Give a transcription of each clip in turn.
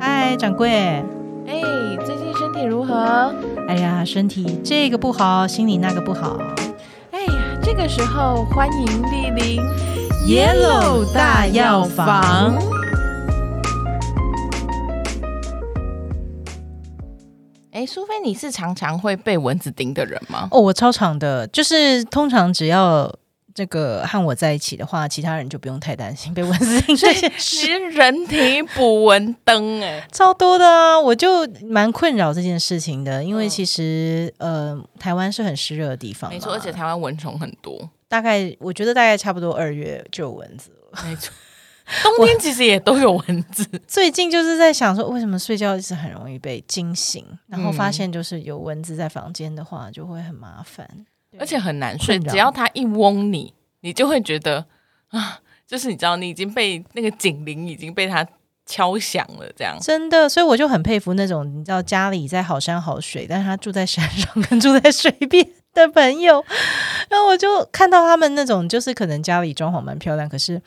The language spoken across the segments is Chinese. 嗨，掌柜。哎，最近身体如何？哎呀，身体这个不好，心里那个不好。哎呀，这个时候欢迎莅临 Yellow 大药房。哎，苏菲，你是常常会被蚊子叮的人吗？哦，我超常的，就是通常只要这个和我在一起的话，其他人就不用太担心被蚊子叮这件你事。是人体捕蚊灯哎、超多的啊，我就蛮困扰这件事情的，因为嗯其实、呃，台湾是很湿热的地方嘛，没错，而且台湾蚊虫很多，大概我觉得大概差不多二月就有蚊子了。没错。 冬天其实也都有蚊子，最近就是在想说，为什么睡觉一直很容易被惊醒，然后发嗯现就是有蚊子在房间的话，就会很麻烦。而且很难睡。困扰只要它一嗡你，你就会觉得啊，就是你知道，你已经被那个警铃已经被它敲响了，这样。真的，所以我就很佩服那种你知道家里在好山好水，但是他住在山上跟住在水边的朋友。然后我就看到他们那种，就是可能家里装潢蛮漂亮，可是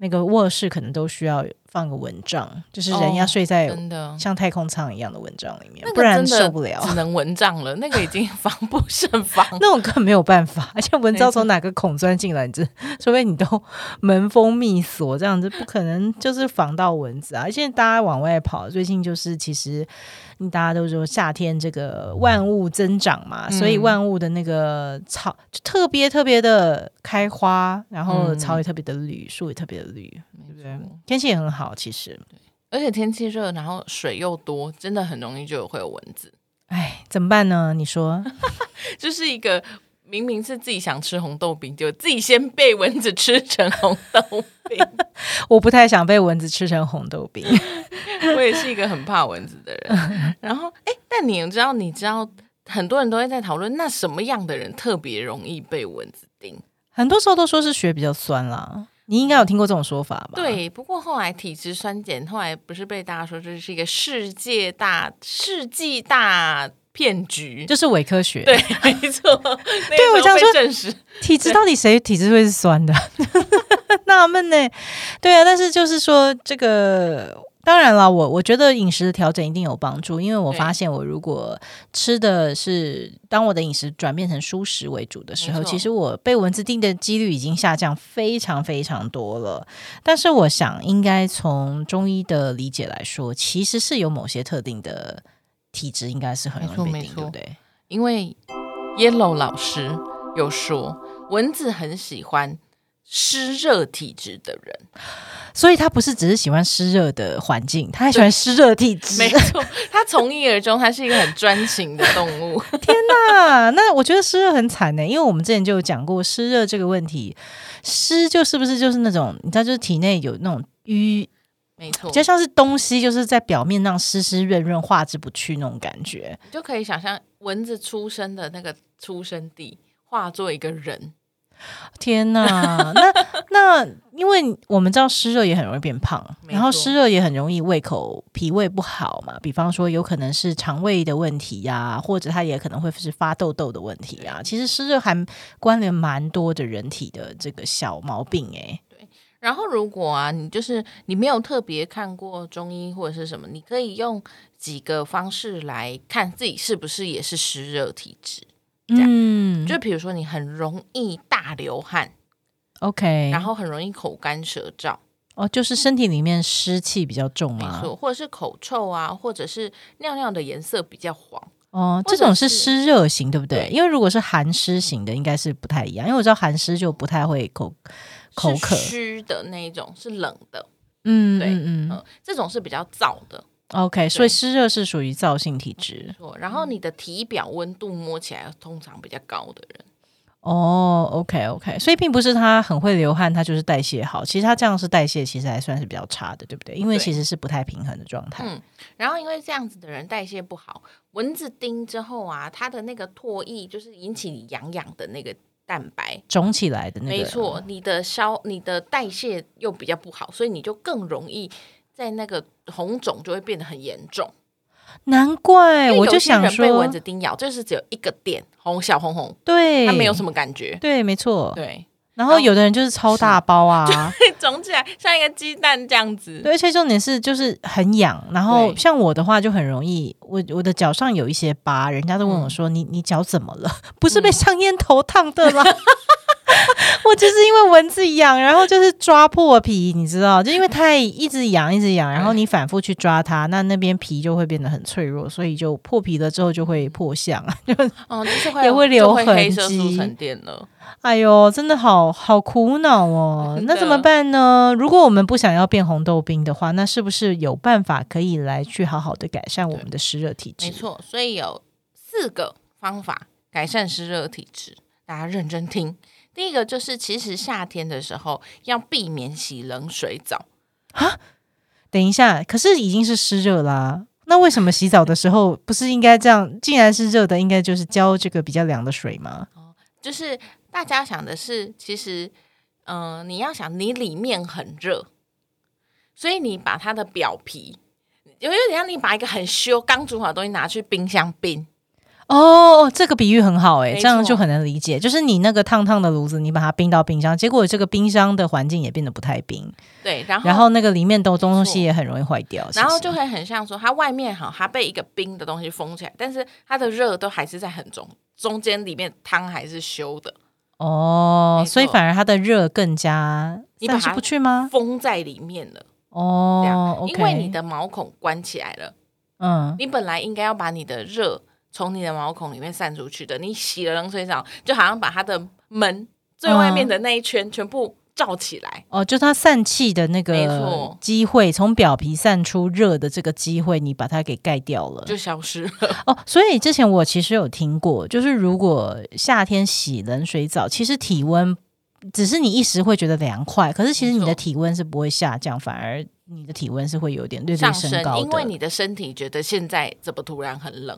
那个卧室可能都需要放个蚊帐，就是人要哦睡在真的，像太空舱一样的蚊帐里面，那个不然真的受不了。只能蚊帐了，那个已经防不胜 防。那种更没有办 法，而且蚊子要从哪个孔钻进来，你这除非你都门封密锁，这样子不可能就是防到蚊子啊。而且大家往外跑，最近就是其实嗯大家都说夏天这个万物增长嘛，嗯所以万物的那个草就特别特别的开花，然后嗯草也特别的绿，树也特别的绿，对不对没错？天气也很好，其实。而且天气热，然后水又多，真的很容易就有会有蚊子。哎，怎么办呢？你说 就是一个明明是自己想吃红豆饼，就自己先被蚊子吃成红豆饼。我不太想被蚊子吃成红豆饼。我也是一个很怕蚊子的人。然后，哎、但你知道，你知道，很多人都会在讨论，那什么样的人特别容易被蚊子叮？很多时候都说是血比较酸啦，你应该有听过这种说法吧？，对，不过后来体质酸碱，后来不是被大家说这是一个世界大世纪大骗局。就是伪科学。对，， 没错，对我想说证实， 体质到底谁体质会是酸的？ 纳闷呢。对啊，但是就是说这个。当然啦，我我觉得饮食的调整一定有帮助，因为我对发现我如果吃的是当我的饮食转变成蔬食为主的时候，没错其实我被蚊子叮的几率已经下降非常非常多了。但是我想，应该从中医的理解来说，其实是有某些特定的体质应该是很容易被没叮，错对不没错对？因为 Yellow 老师有说，蚊子很喜欢湿热体质的人。所以他不是只是喜欢湿热的环境，他还喜欢湿热体质。没错，它从一而终，它是一个很专情的动物。那啊那我觉得湿热很惨呢、因为我们之前就有讲过湿热这个问题，湿就是不是就是那种你知道，就是体内有那种淤，没错比，较像是东西就是在表面上湿湿润润、化之不去那种感觉。你就可以想象蚊子出生的那个出生地化作一个人。天 哪，那那因为我们知道湿热也很容易变胖，没错然后湿热也很容易胃口、脾胃不好嘛，比方说有可能是肠胃的问题呀、或者它也可能会是发痘痘的问题呀、其实湿热还关联蛮多的人体的这个小毛病欸诶、然后，如果啊，你就是你没有特别看过中医或者是什么，你可以用几个方式来看自己是不是也是湿热体质。这样嗯，就比如说，你很容易大流汗， OK，然后很容易口干舌燥，哦，就是身体里面湿气比较重啊没嘛，错，或者是口臭啊，或者是尿尿的颜色比较黄。哦，或者这种是是湿热型，对不对？对因为如果是寒湿型的，应该是不太一样，因为我知道寒湿就不太会口口渴是，虚的那一种，是冷的，嗯对嗯嗯、嗯这种是比较燥的。 ，OK，所以湿热是属于燥性体质，错然嗯后你的体表温度摸起来通常比较高的人，哦，OK OK，所以并不是他很会流汗，他就是代谢好，其实他这样是代谢其实还算是比较差的，对不对？因为对其实是不太平衡的状态，嗯然后因为这样子的人代谢不好，蚊子叮之后啊，它的那个唾液就是引起你痒痒的那个蛋白。肿起来的那个，没错，你的消你的代谢又比较不好，所以你就更容易在那个红肿就会变得很严重。难怪因为哎我有就些想人被说蚊，子叮咬，就是只有一个点红小红红，对，它没有什么感觉。对，没错，对， 然后有的人就是超大包啊，肿起来像一个鸡蛋这样子。对，而且重点是就是很痒。然后对像我的话就很容易，我我的脚上有一些疤，人家都问我说：“你你脚怎么了？ 不是被上烟头烫的吗？” 我就是因为蚊子痒，然后就是抓破皮，你知道，就因为太一直痒一直痒，然后你反复去抓它，那那边皮就会变得很脆弱，所以就破皮了之后就会破相啊，就哦，就是会也会留就会黑痕色素迹沉淀了。哎呦，真的好好苦恼哦真。的那怎么办呢？如果我们不想要变红豆冰的话，那是不是有办法可以来去好好的改善我们的湿热体质？没，错，所以有四个方法改善湿热体质，大家认真听。第一个就是，其实夏天的时候要避免洗冷水澡，等一下，可是已经是湿热啦。那为什么洗澡的时候不是应该这样？既然是热的，应该就是浇这个比较凉的水吗？就是大家想的是，其实，嗯、你要想你里面很热，所以你把它的表皮，有有点像你把一个很修刚煮好的东西拿去冰箱冰，哦，这个比喻很好哎、没这样错就很能理解。就是你那个烫烫的炉子，你把它冰到冰箱，结果这个冰箱的环境也变得不太冰，对，然后然后那个里面的东啊没西错也很容易坏掉。然后其实就会很像说，它外面好，它被一个冰的东西封起来，但是它的热都还是在很中中间，里面汤还是修的，哦没，所以错反而它的热更加你散把出它不去吗？封在里面了。这样哦，OK，因为你的毛孔关起来了，嗯，你本来应该要把你的热从你的毛孔里面散出去的，你洗了冷水澡，就好像把它的门最外面的那一圈全部罩起来。哦，就它散气的那没个错机会，从表皮散出热的这个机会，你把它给盖掉了。就消失了，哦，所以之前我其实有听过，就是如果夏天洗冷水澡，其实体温只是你一时会觉得凉快，可是其实你没的错体温是不会下降，反而你的体温是会有点略略上升升高，的，因为你的身体觉得现在怎么突然很冷，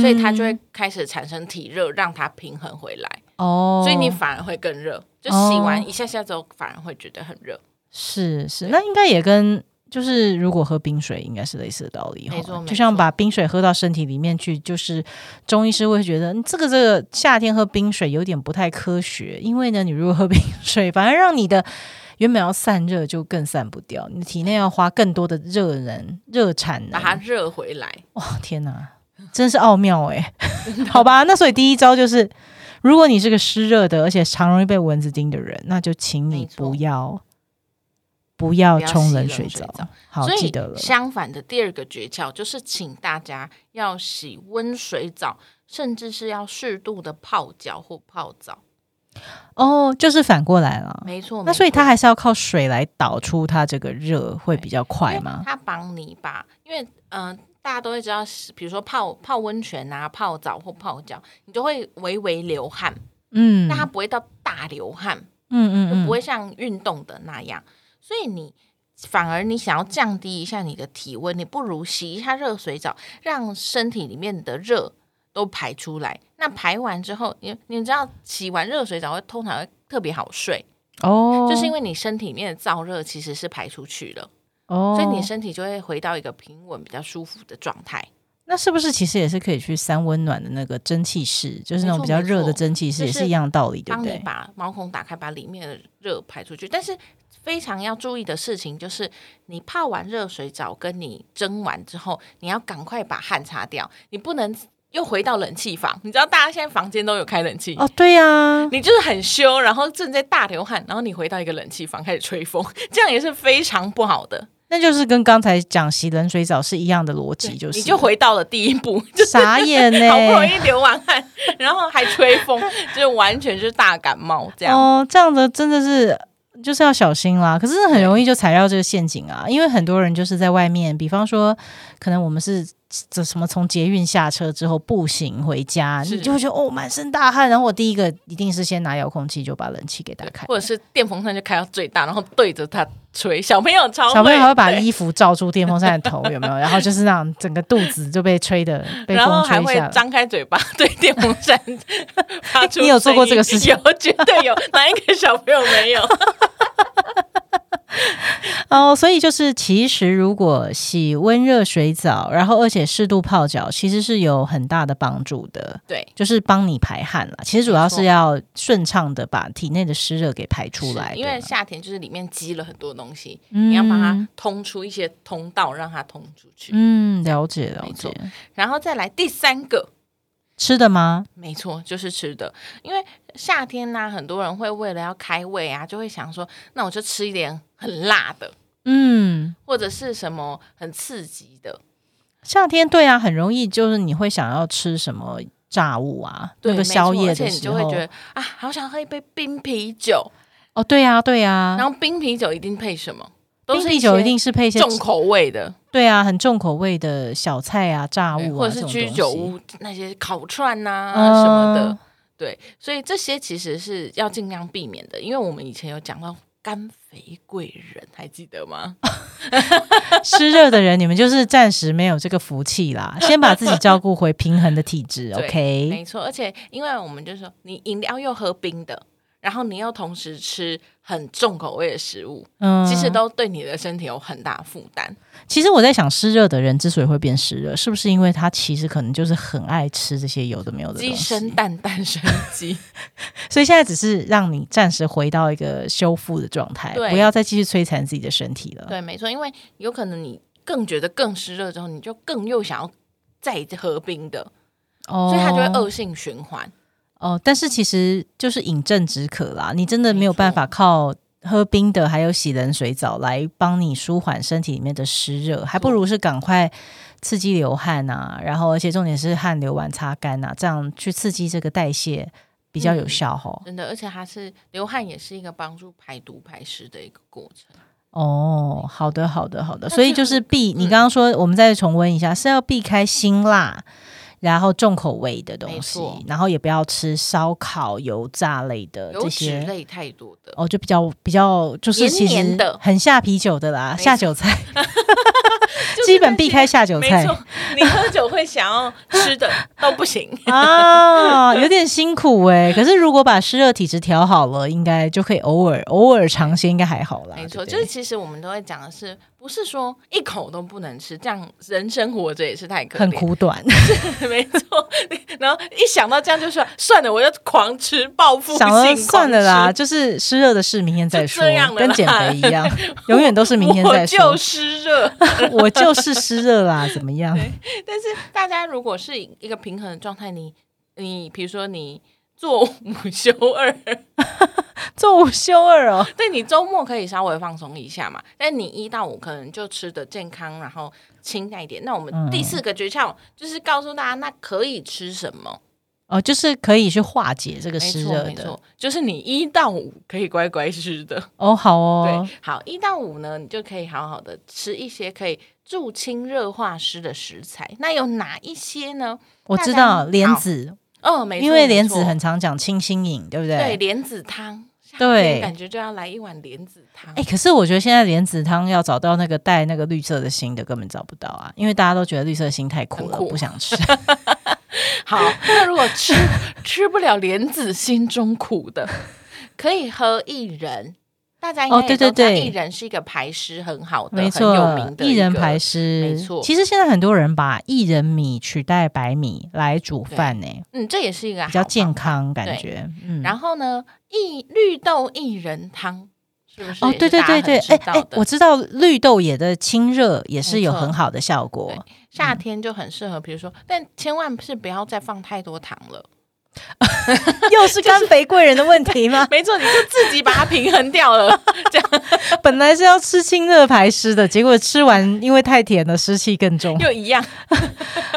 所以它就会嗯开始产生体热，让它平衡回来。哦，所以你反而会更热。就洗完一下下之后，反而会觉得很哦热。是是，对那应该也跟就是如果喝冰水，应该是类似的道理哈没错。没就像错把冰水喝到身体里面去，就是中医师会觉得嗯这个这个夏天喝冰水有点不太科学，因为呢，你如果喝冰 水，反而让你的原本要散热就更散不掉，你体内要花更多的热能、热产能。把它热回来，哇、天哪，真是奥妙哎、 好吧，那所以第一招就是。如果你是个湿热的，而且常容易被蚊子叮的人，那就请没你错不要不要不要冲冷洗冷水水澡澡。好，所记以得了。相反的第二个诀窍就是，请大家要洗温水澡，甚至是要适度的泡脚或泡澡。哦，就是反过来了。没错，哦那所以它它还是要靠水来导出它这个热，会比较快吗？它帮你把，因为嗯、呃大家都会知道，比如说泡泡温泉啊、泡澡或泡脚，你就会微微流汗，嗯，但它不会到大流汗。嗯就嗯不嗯，会像运动的那样。所以你反而你想要降低一下你的体温，你不如洗一下热水澡，让身体里面的热都排出来。那排完之后，你你知道洗完热水澡会通常会特别好睡，哦，就是因为你身体里面的燥热其实是排出去了，哦，所以你身体就会回到一个平稳、比较舒服的状态。那是不是其实也是可以去三温暖的那个蒸汽室，就是那种没错比较没热的错蒸汽室，就也是是一样道理，对不帮你对？把毛孔打开，把里面的热排出去。但是非常要注意的事情就是，你泡完热水澡跟你蒸完之后，你要赶快把汗擦掉，你不能又回到冷气房。你知道大家现在房间都有开冷气。哦，对呀，你就是很羞，然后正在大流汗，然后你回到一个冷气房开始吹风，这样也是非常不好的。那就是跟刚才讲洗冷水澡是一样的逻辑，就是你 就回到了第一步，傻眼欸呢、 好不容易流完汗，然后还吹风，就完全就是大感冒这样。哦，这样的真的是就是要小心啦。可是很容易就踩到这个陷阱啊，因为很多人就是在外面，比方说，可能我们是这什么从捷运下车之后步行回家，是你就会觉得哦满身大汗，然后我第一个一定是先拿遥控器就把冷气给打开。或者是电风扇就开到最大，然后对着它吹。小朋友超会小朋友还会把对衣服罩住电风扇的头，有没有？然后就是那样，整个肚子就被吹 的，被然后风还吹会下来。张开嘴巴对电风扇发出声音。 你有做过这个事情 有，绝对有。哪一个小朋友没有？哦，所以就是其实如果洗温热水澡，然后而且适度泡脚，其实是有很大的帮助的，对，就是帮你排汗啦。其实主要是要顺畅的把体内的湿热给排出来，是因为对吗夏天就是里面积了很多东西，嗯你要帮它通出一些通道，让它通出去。嗯，了解了没解错。然后再来第三个，吃的吗？没错，就是吃的。因为夏天呢、很多人会为了要开胃啊，就会想说，那我就吃一点很辣的，嗯，或者是什么很刺激的。夏天对啊，很容易就是你会想要吃什么炸物啊，那没个错宵夜而且的你时就会候觉，得啊，好想喝一杯冰啤酒。哦，对啊，对啊，然后冰啤酒一定配什么？都冰是啤些酒一定是配一些重口味的，对啊，很重口味的小菜啊、炸对物啊，或者是这种居东酒西屋那些烤串呐、嗯啊什么的。对，所以这些其实是要尽量避免的，因为我们以前有讲到肝肥贵人，还记得吗？嗯湿热的人，你们就是暂时没有这个福气 啦，先把自己照顾回平衡的体质对，OK？没错，而且因为我们就说，你饮料又喝冰的，然后你又同时吃很重口味的食物，嗯其实都对你的身体有很大负担。其实我在想，湿热的人之所以会变湿热，是不是因为他其实可能就是很爱吃这些有的没有的鸡东生西？蛋，蛋生鸡。所以现在只是让你暂时回到一个修复的状态，对不要再继续摧残自己的身体了。对，没错，因为有可能你更觉得更湿热之后，你就更又想要再喝冰的，哦所以它就会恶性循环。哦，但是其实就是饮鸩止渴啦，你真的没有没错办法靠喝冰的还有洗冷水澡来帮你舒缓身体里面的湿热，还不如是赶快刺激流汗啊，然后而且重点是汗流完擦干啊，这样去刺激这个代谢比较有嗯效吼。真的，而且它是流汗也是一个帮助排毒排湿的一个过程。哦，好的，好的，好的，那所以这就样是避，你嗯刚刚说，我们再重温一下，是要避开辛辣。然后重口味的东没西错，然后也不要吃烧烤、油炸类的油呃这脂些类太多的，哦，就比较比较就是黏其实黏的很下啤酒的啦，没下错酒 菜基本避开下酒没菜错，你喝酒会想要 吃的都不行。啊，有点辛苦哎、可是如果把湿热体质调好了，应该就可以偶尔偶尔尝鲜，应该还好啦。没对错，不就是对其实我们都会讲的是，不是说一口都不能吃，这样人生活着也是太可很怜。苦 短，没错，然后一想到这样就说算了，我要狂吃报复性想狂了吃，算了啦，就是湿热的事明天再就说这样，了跟啦减肥一 样，永远都是明天我再说就。湿热。 我就是湿热啦，怎么样？但是大家如果是一个平衡的状态，你你比如说你做午休二， 做午休二哦，对你周末可以稍微放松一下嘛。但你一到五可能就吃的健康，然后清淡一点。那我嗯们第四个诀窍就是告诉大家，那可以吃什么？哦，就是可以去化解这个没湿错，嗯热没的错，就是你一到五可以乖乖吃的。哦，好哦对，，好，一到五呢，你就可以好好的吃一些可以助清热化湿的食材。那有哪一些呢？我大知家道莲好子，哦，没错，因为没莲错子很常讲清新饮，对不对？对莲子汤，夏对天感觉就要来一碗莲子汤。哎、可是我觉得现在莲子汤要找到那个带那个绿色的心的，根本找不到啊，因为大家都觉得绿色心太苦很了，苦不想 吃。 好，那如果吃吃不了莲子，心中苦的，可以喝薏仁。大家应哦该对也都知道，对对薏仁是一个排湿很好的、没很有错名，的薏仁个排湿，没错其实现在很多人把薏仁米取代白米来煮对饭呢、嗯，这也是一个比较好健方法。康感对觉。嗯，然后呢，薏绿豆薏仁汤是不是？哦，对对对对，哎哎哎、我知道绿豆也的清热也是没有错很好的效果。夏嗯天就很适合，比如说，但千万是不要再放太多糖了。又是跟肥贵人的问题吗？没错，你就自己把它平衡掉 了。本来是要吃清热排湿的，结果吃完因为太甜了，湿气更 重又一样，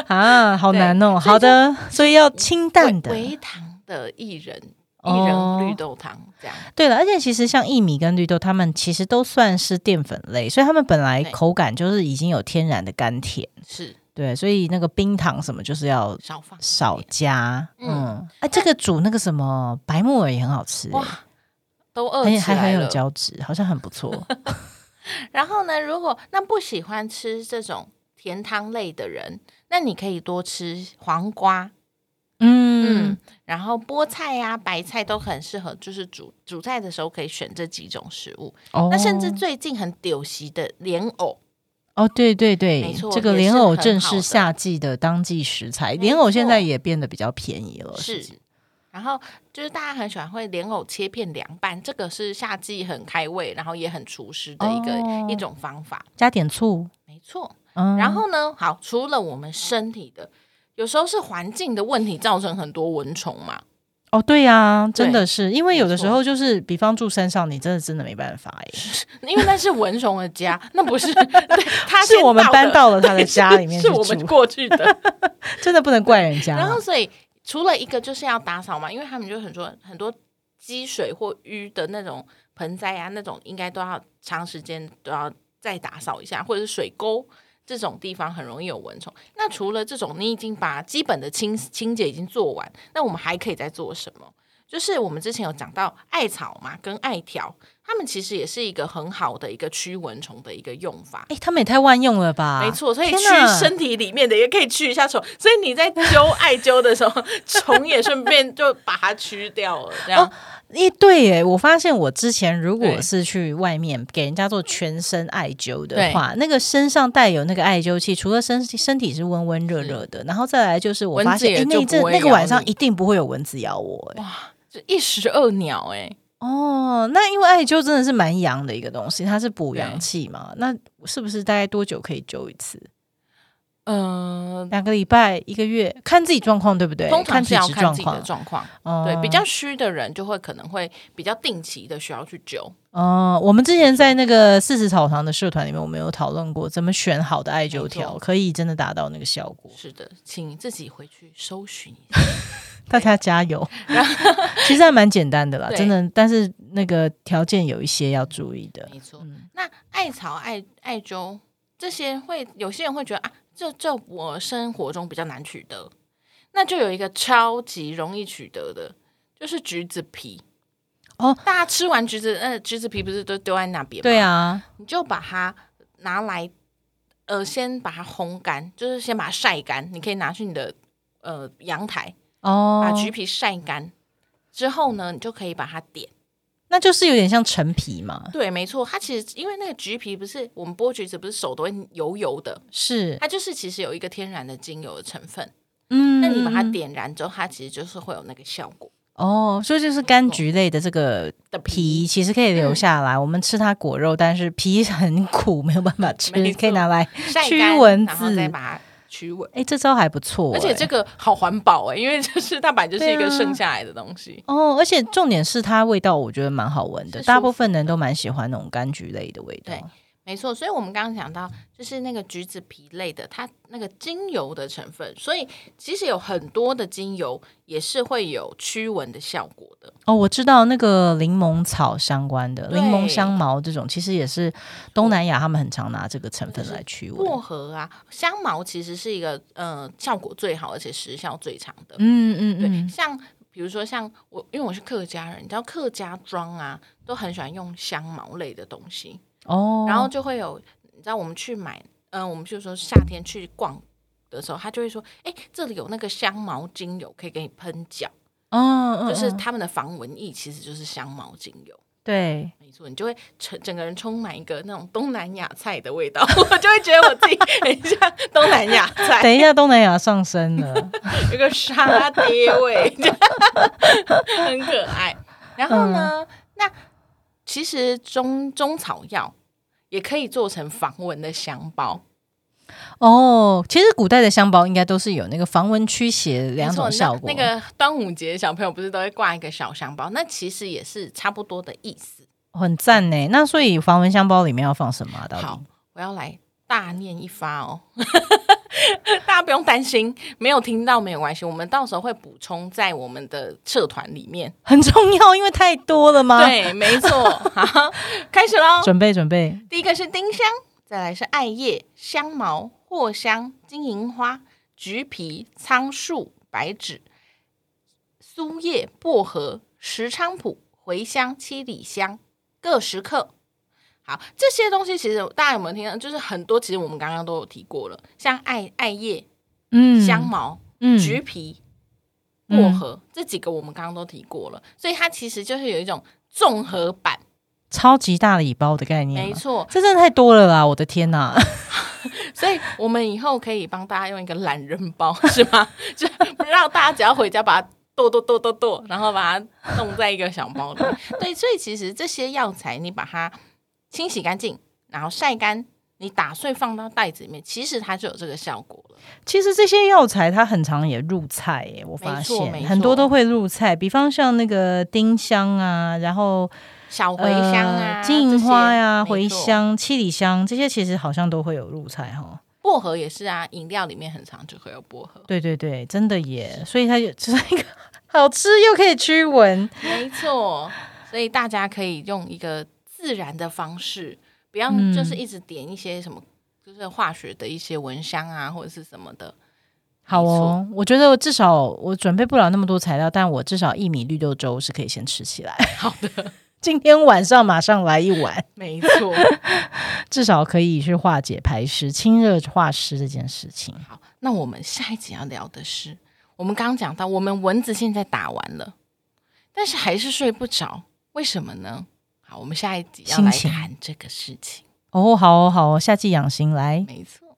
啊，好难哦。好的，所以要清淡的。微微糖的薏仁，薏哦仁绿豆汤这样。对了，而且其实像薏米跟绿豆，它们其实都算是淀粉类，所以它们本来对口感就是已经有天然的甘甜。是对，所以那个冰糖什么就是要少放少加。嗯嗯，哎、这个煮那个什么白木耳也很好吃、欸，哇，都而饿且起还很来有了。胶质，好像很不 错。然后呢，如果那不喜欢吃这种甜汤类的人，那你可以多吃黄瓜。嗯嗯，然后菠菜呀、白菜都很适合，就是煮煮菜的时候可以选这几种食物。哦那甚至最近很丢席的莲藕，哦，对对对没，错这个也莲是藕很正好是的夏季的当季食材，没莲藕现在错也变得比较便宜了，是实际然后就是大家很喜欢会莲藕切片凉拌，这个是夏季很开胃，然后也很除湿的一个、哦一种方法。加点醋，没错。嗯，然后呢，好，除了我们身体的，有时候是环境的问题造成很多蚊虫嘛。哦，对呀、真对的是，因为有的时错候就是，比方住山上，你真的真的没办法哎、因为那是蚊虫的家，那不是 对他是先我们到搬的到了他的家里面 是去我住，们过去的。真的不能怪人家。 然后所以除了一个就是要打扫嘛，因为他们就很说很多积水或淤的那种盆栽啊，那种应该都要长时间都要再打扫一下，或者是水沟。这种地方很容易有蚊虫。那除了这种，你已经把基本的清清洁已经做完，那我们还可以再做什么？就是我们之前有讲到艾草嘛，跟艾条，它们其实也是一个很好的一个驱蚊虫的一个用法。哎、他们也太万用了吧？没错，所以天去哪身体里面的也可以去一下虫，所以你在揪艾灸的时候，虫也顺便就把它驱掉了。这样、哦诶，对耶，我发现我之前如果对是去外面给人家做全身艾灸的对话，那个身上带有那个艾灸器，除了身身体是温温热热的，然后再来就是我蚊子发现，也哎，那就一阵不会那个咬晚上你一定不会有蚊子咬我。诶就一石二鸟哎、哦，那因为艾灸真的是蛮阳的一个东西，它是补对阳气嘛。那是不是大概多久可以灸一次？嗯、两个礼拜、一个月，看自己状况，对不对？通常是要体质看状自己的况。状况。哦对，比较虚的人就会可能会比较定期的需要去灸。哦，我们之前在那个四十草堂的社团里面，我们有讨论过怎么选好的艾灸条，没错可以真的达到那个效果。是的，请自己回去搜寻一下。大家加 油！ 其实还蛮简单的啦，对真的，但是那个条件有一些要注意的。没错，嗯那艾草、艾艾灸这些会，有些人会觉得啊，这这我生活中比较难取得，那就有一个超级容易取得的，就是橘子皮。哦，大家吃完橘子，呃，橘子皮不是都丢在那边吗？对，啊，你就把它拿来，呃，先把它烘干，就是先把它晒干。你可以拿去你的呃阳台，哦把，橘皮晒干之后呢，你就可以把它点。那就是有点像陈皮嘛，对，没错，它其实因为那个橘皮不是我们剥橘子，不是手都会油油的，是，它就是其实有一个天然的精油的成分。嗯那你把它点燃之后，它其实就是会有那个效果哦，所以就是柑橘类的这个的皮其实可以嗯留下来，我们吃它果肉，但是皮 很苦，没有办法吃没，错可以拿来。晒驱干蚊然后子再把它驱蚊。哎，这招还不错，而且哎这个好环保哎、因为就是它本来就是一对个啊剩下来的东西。哦，而且重点是它味道，我觉得蛮好闻的，是大舒部服分人都蛮喜欢那种柑橘类的味道。对没错，所以我们刚刚讲到，就是那个橘子皮类的，它那个精油的成分，所以其实有很多的精油也是会有驱蚊的效果的。哦，我知道那个柠檬草相关的柠檬对香茅这种，其实也是东南亚他们很常拿这个成分来驱薄蚊。荷啊，香茅其实是一个呃效果最好而且时效最长的。嗯嗯对，嗯，像比如说像我，因为我是客家人，你知道客家庄啊都很喜欢用香茅类的东西，哦，然后就会有你知道我们去买，嗯、我们就说夏天去逛。的时候，他就会说：“哎、这里有那个香茅精油，可以给你喷脚，嗯嗯，就是嗯他们的防蚊液其实就是香茅精油，对，没错，你就会整整个人充满一个那种东南亚菜的味道，我就会觉得我自己很像东南亚菜。等一下东南亚上升了，有个沙爹 味， 很可爱。然后嗯呢，那其实中中草药也可以做成防蚊的香包，哦，其实古代的香包应该都是有那个防蚊驱邪两种没错效果。那。那个端午节小朋友不是都会挂一个小香包，那其实也是差不多的意思。很赞呢，那所以防蚊香包里面要放什么、啊？到好底？，我要来大念一发哦。 大家不用担心，没有听到没有关系，我们到时候会补充在我们的社团里面。很重要，因为太多了吗？，对，没错，好，开始 喽。准备准备，第一个是丁香，再来是艾叶、香茅、藿香、金银花、橘皮、苍术、白芷、苏叶、薄荷、石菖蒲、茴香、七里香各十克。好，这些东西其实大家有没有听到？就是很多，其实我们刚刚都有提过了，像艾艾叶、嗯香茅、嗯橘皮、薄荷、这几个我们刚刚都提过了，所以它其实就是有一种综合版，超级大礼包的概念没嘛，错。这真的太多了啦！我的天哪， 所以我们以后可以帮大家用一个懒人包，是吗？ 就让大家只要回家把它剁剁剁剁剁，然后把它弄在一个小包里。对，所以其实这些药材你把它清洗干净，然后晒干，你打碎放到袋子里面，其实它就有这个效果了。其实这些药材它很常也入菜耶，我发没错现没错很多都会入菜，比方像那个丁香啊，然后小茴香啊，呃金银花呀、这些茴，没错香、七里香这些其实好像都会有入菜哈、薄荷也是啊，饮料里面很常就会有薄荷。对对对，真的耶，所以它也就是 一个好吃又可以驱蚊。没错，所以大家可以用一个自然的方式，不要嗯就是一直点一些什么，就是化学的一些蚊香啊，或者是什么的。好哦，我觉得我至少我准备不了那么多材料，但我至少一米绿豆粥是可以先吃起来。好的， 今天晚上马上来一碗， 没错。至少可以去化解排湿、清热化湿这件事情。好，那我们下一集要聊的是，我们刚刚讲到，我们蚊子现在打完了，但是还是睡不着，为什么呢？好，我们下一集要心来情谈这个事情。哦，好哦，好哦，夏季养心来。没错。